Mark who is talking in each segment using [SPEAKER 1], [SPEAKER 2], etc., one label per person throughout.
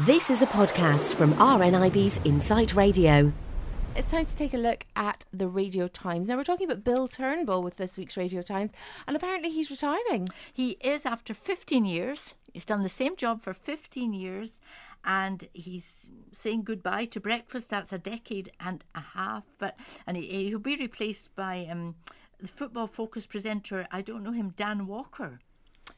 [SPEAKER 1] This is a podcast from RNIB's Insight Radio.
[SPEAKER 2] It's time to take a look at the Radio Times. Now, we're talking about Bill Turnbull with this week's Radio Times, and apparently he's retiring.
[SPEAKER 3] He is after 15 years. He's done the same job for 15 years and he's saying goodbye to breakfast. That's a decade and a half. But And he, he'll be replaced by um, the football focus presenter, I don't know him, Dan Walker.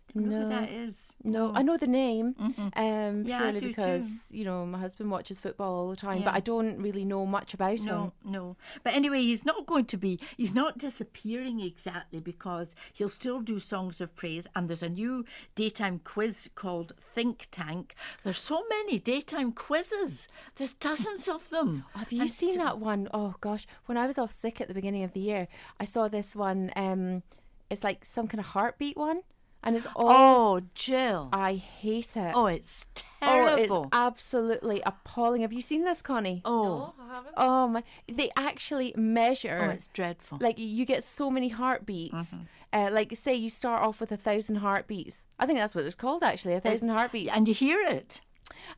[SPEAKER 3] I don't know who
[SPEAKER 2] No.
[SPEAKER 3] that is.
[SPEAKER 2] No, I know the name, um,
[SPEAKER 3] Yeah, I
[SPEAKER 2] purely
[SPEAKER 3] do
[SPEAKER 2] because, you know, my husband watches football all the time,
[SPEAKER 3] Yeah.
[SPEAKER 2] but I don't really know much about him.
[SPEAKER 3] No, no. But anyway, he's not going to be, he's not disappearing exactly because he'll still do Songs of Praise. And there's a new daytime quiz called Think Tank. There's so many daytime quizzes, there's dozens of them.
[SPEAKER 2] Have you seen that one? Oh gosh, when I was off sick at the beginning of the year, I saw this one. Um, it's like some kind of heartbeat one, and it's all.
[SPEAKER 3] Oh, Jill.
[SPEAKER 2] I hate it.
[SPEAKER 3] Oh, it's
[SPEAKER 2] Oh, it's
[SPEAKER 3] terrible.
[SPEAKER 2] absolutely appalling. Have you seen this, Connie?
[SPEAKER 3] Oh,
[SPEAKER 2] Oh my! They actually measure.
[SPEAKER 3] oh, it's dreadful.
[SPEAKER 2] like you get so many heartbeats. Uh, like say you start off with a thousand heartbeats. I think that's what it's called actually, a thousand
[SPEAKER 3] It's-
[SPEAKER 2] heartbeats.
[SPEAKER 3] And you hear it.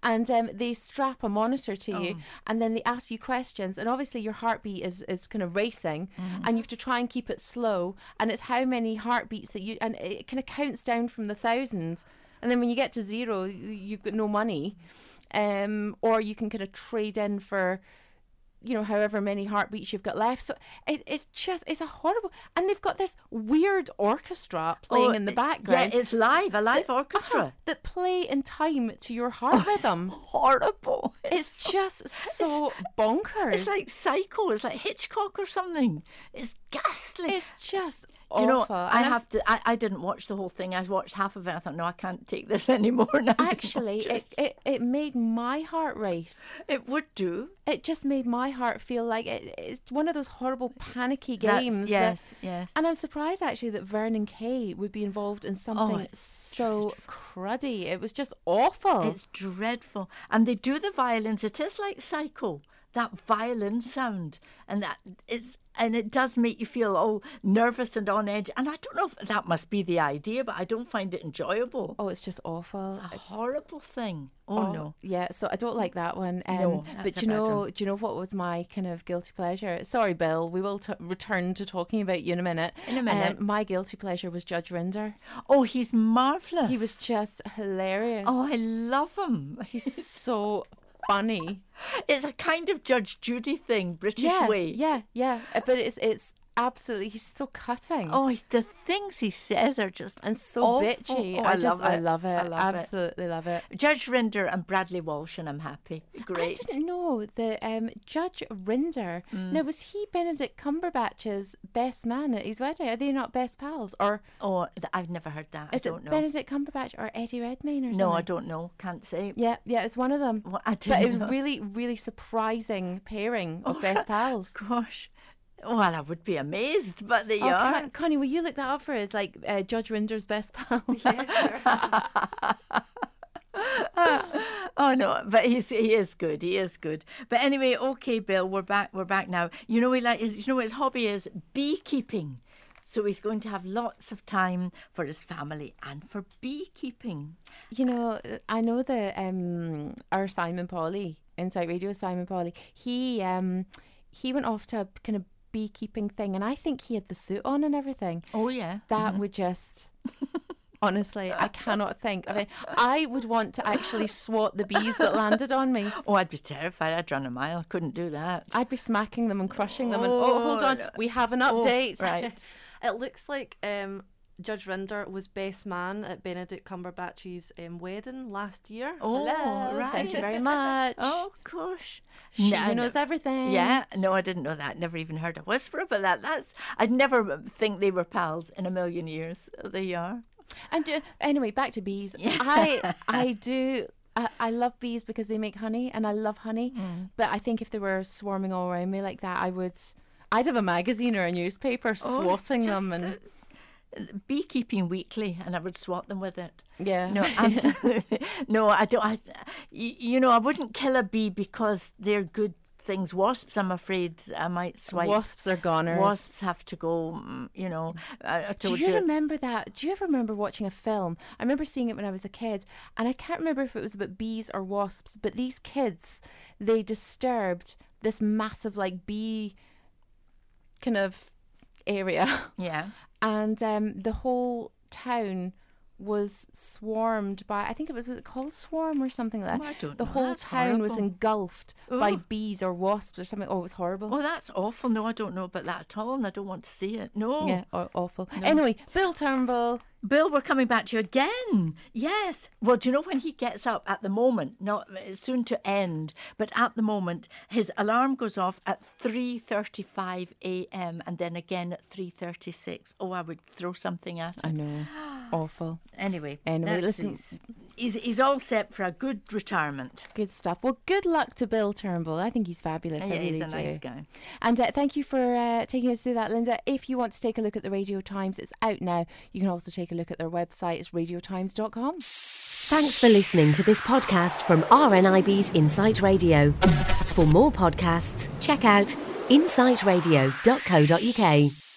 [SPEAKER 2] And um, they strap a monitor to you,
[SPEAKER 3] Oh.
[SPEAKER 2] and then they ask you questions. And obviously your heartbeat is, is kind of racing,
[SPEAKER 3] Mm-hmm.
[SPEAKER 2] and you have to try and keep it slow. And it's how many heartbeats that you and it kind of counts down from the thousands. And then when you get to zero, y- you've got no money, um, or you can kind of trade in for you know however many heartbeats you've got left so it, it's just it's a horrible and they've got this weird orchestra playing
[SPEAKER 3] Oh,
[SPEAKER 2] in the
[SPEAKER 3] it-
[SPEAKER 2] background
[SPEAKER 3] Yeah, it's live, a live
[SPEAKER 2] uh-huh,
[SPEAKER 3] orchestra. Oh,
[SPEAKER 2] that play in time to your heart rhythm
[SPEAKER 3] Horrible.
[SPEAKER 2] it's just so bonkers
[SPEAKER 3] It's like psycho. It's like Hitchcock or something. It's ghastly.
[SPEAKER 2] it's just
[SPEAKER 3] you
[SPEAKER 2] awful
[SPEAKER 3] know,
[SPEAKER 2] And
[SPEAKER 3] I
[SPEAKER 2] that's-
[SPEAKER 3] have to. I, I didn't watch the whole thing. I watched half of it. I thought, no, I can't take this anymore. And I didn't
[SPEAKER 2] actually
[SPEAKER 3] watch
[SPEAKER 2] it,
[SPEAKER 3] it,
[SPEAKER 2] it, it made my heart race
[SPEAKER 3] It would do.
[SPEAKER 2] it just made my heart feel like it, it's one of those horrible panicky
[SPEAKER 3] That's-
[SPEAKER 2] games that-
[SPEAKER 3] yes, yes.
[SPEAKER 2] And I'm surprised actually that Vernon Kay would be involved in something
[SPEAKER 3] Oh, it's
[SPEAKER 2] so cruddy. It was just awful.
[SPEAKER 3] It's dreadful. And they do the violins. It is like psycho. That violin sound. And that it's and it does make you feel all nervous and on edge. And I don't know if that must be the idea, but I don't find it enjoyable.
[SPEAKER 2] oh, it's just awful.
[SPEAKER 3] a
[SPEAKER 2] It's-
[SPEAKER 3] horrible thing. Oh, no.
[SPEAKER 2] Yeah, so I don't like that one. Um,
[SPEAKER 3] No,
[SPEAKER 2] but
[SPEAKER 3] that's
[SPEAKER 2] do
[SPEAKER 3] a
[SPEAKER 2] you
[SPEAKER 3] bad
[SPEAKER 2] know,
[SPEAKER 3] one.
[SPEAKER 2] do you know what was my kind of guilty pleasure? Sorry, Bill. We will t- return to talking about you in a minute.
[SPEAKER 3] In a minute.
[SPEAKER 2] um, my guilty pleasure was Judge Rinder.
[SPEAKER 3] Oh, he's marvellous.
[SPEAKER 2] He was just hilarious.
[SPEAKER 3] Oh, I love him.
[SPEAKER 2] he's so funny.
[SPEAKER 3] It's a kind of Judge Judy thing, British
[SPEAKER 2] yeah,
[SPEAKER 3] way.
[SPEAKER 2] yeah, yeah. Uh, But it's it's absolutely he's so cutting.
[SPEAKER 3] Oh, he- the things he says are just
[SPEAKER 2] And so
[SPEAKER 3] awful.
[SPEAKER 2] bitchy.
[SPEAKER 3] Oh,
[SPEAKER 2] I,
[SPEAKER 3] I,
[SPEAKER 2] just,
[SPEAKER 3] love it.
[SPEAKER 2] I love it.
[SPEAKER 3] I love it.
[SPEAKER 2] Absolutely love it.
[SPEAKER 3] Judge Rinder and Bradley Walsh, and I'm happy. Great. Mm.
[SPEAKER 2] I didn't know that um, Judge Rinder. Now, was he Benedict Cumberbatch's best man at his wedding? Are they not best pals? Or
[SPEAKER 3] Oh, th- I've never heard that.
[SPEAKER 2] is
[SPEAKER 3] I don't
[SPEAKER 2] it
[SPEAKER 3] know.
[SPEAKER 2] Benedict Cumberbatch or Eddie Redmayne or something?
[SPEAKER 3] no, I don't know. Can't say.
[SPEAKER 2] Yeah, yeah, it's one of them.
[SPEAKER 3] Well, I
[SPEAKER 2] but it
[SPEAKER 3] didn't
[SPEAKER 2] was
[SPEAKER 3] know. Oh,
[SPEAKER 2] really, really surprising pairing of best pals.
[SPEAKER 3] Gosh. Well, I would be amazed, but there you
[SPEAKER 2] Oh,
[SPEAKER 3] are.
[SPEAKER 2] Con- Connie, will you look that up for us? Like uh, Judge Rinder's best pal.
[SPEAKER 3] Oh no, but he's, he is good. He is good. But anyway, okay, Bill, we're back. We're back now. You know he like his, you know his hobby is beekeeping. So he's going to have lots of time for his family and for beekeeping.
[SPEAKER 2] You know, uh, I know that um, our Simon Polly, Insight Radio Simon Polly, he um, he went off to a kind of beekeeping thing, and I think he had the suit on and everything.
[SPEAKER 3] Oh yeah.
[SPEAKER 2] That would just. Honestly, I cannot think of it. I would want to actually swat the bees that landed on me.
[SPEAKER 3] Oh, I'd be terrified. I'd run a mile. Couldn't do that.
[SPEAKER 2] I'd be smacking them and crushing them. And oh, hold
[SPEAKER 3] Oh,
[SPEAKER 2] on,
[SPEAKER 3] no.
[SPEAKER 2] we have an update.
[SPEAKER 3] right.
[SPEAKER 4] It looks like um, Judge Rinder was best man at Benedict Cumberbatch's um, wedding last year.
[SPEAKER 3] Oh,
[SPEAKER 2] Hello,
[SPEAKER 3] right.
[SPEAKER 2] Thank you very much.
[SPEAKER 3] Oh gosh.
[SPEAKER 2] she
[SPEAKER 3] No,
[SPEAKER 2] who
[SPEAKER 3] no.
[SPEAKER 2] knows everything.
[SPEAKER 3] Yeah, no, I didn't know that. Never even heard a whisper about that. That's I'd never think they were pals in a million years. There you are.
[SPEAKER 2] And uh, anyway, back to bees. I I do. I, I love bees because they make honey, and I love honey.
[SPEAKER 3] Mm.
[SPEAKER 2] But I think if they were swarming all around me like that, I would. I'd have a magazine or a newspaper
[SPEAKER 3] Oh, it's
[SPEAKER 2] swatting them,
[SPEAKER 3] just,
[SPEAKER 2] and
[SPEAKER 3] uh, beekeeping weekly, and I would swat them with it.
[SPEAKER 2] yeah.
[SPEAKER 3] No, I'm, no, I don't. I, you, you know, I wouldn't kill a bee because they're good things. Wasps, I'm afraid, I might swipe.
[SPEAKER 2] Wasps are goners.
[SPEAKER 3] Wasps have to go. mm, You know, I, I
[SPEAKER 2] Do
[SPEAKER 3] told
[SPEAKER 2] you remember that? Do you ever remember watching a film? I remember seeing it when I was a kid, and I can't remember if it was about bees or wasps, but these kids, they disturbed this massive, like, bee kind of area.
[SPEAKER 3] yeah,
[SPEAKER 2] And um, the whole town was swarmed by, I think it was, was it called Swarm or something like that?
[SPEAKER 3] Oh, I don't
[SPEAKER 2] the
[SPEAKER 3] know.
[SPEAKER 2] whole
[SPEAKER 3] That's
[SPEAKER 2] town was
[SPEAKER 3] horrible.
[SPEAKER 2] engulfed by
[SPEAKER 3] Ugh.
[SPEAKER 2] bees or wasps or something. Oh, it was horrible.
[SPEAKER 3] Oh, that's awful. No, I don't know about that at all, and I don't want to see it. oh. No.
[SPEAKER 2] Yeah, aw- awful. Anyway, Bill Turnbull.
[SPEAKER 3] Bill, we're coming back to you again. Yes. Well, do you know when he gets up at the moment? Not it's soon to end, but at the moment, his alarm goes off at three thirty-five a.m. and then again at three thirty-six. Oh, I would throw something at
[SPEAKER 2] I
[SPEAKER 3] him.
[SPEAKER 2] know. Awful.
[SPEAKER 3] Anyway,
[SPEAKER 2] Anyway,
[SPEAKER 3] that's-
[SPEAKER 2] listen-
[SPEAKER 3] he's, he's he's all set for a good retirement.
[SPEAKER 2] Good stuff. Well, good luck to Bill Turnbull. I think he's fabulous. I
[SPEAKER 3] yeah, he's a
[SPEAKER 2] really
[SPEAKER 3] nice
[SPEAKER 2] do.
[SPEAKER 3] guy.
[SPEAKER 2] And uh, thank you for uh, taking us through that, Linda. If you want to take a look at the Radio Times, it's out now. You can also take a look at their website. It's radiotimes.com.
[SPEAKER 1] Thanks for listening to this podcast from RNIB's Insight Radio. For more podcasts, check out insightradio.co.uk.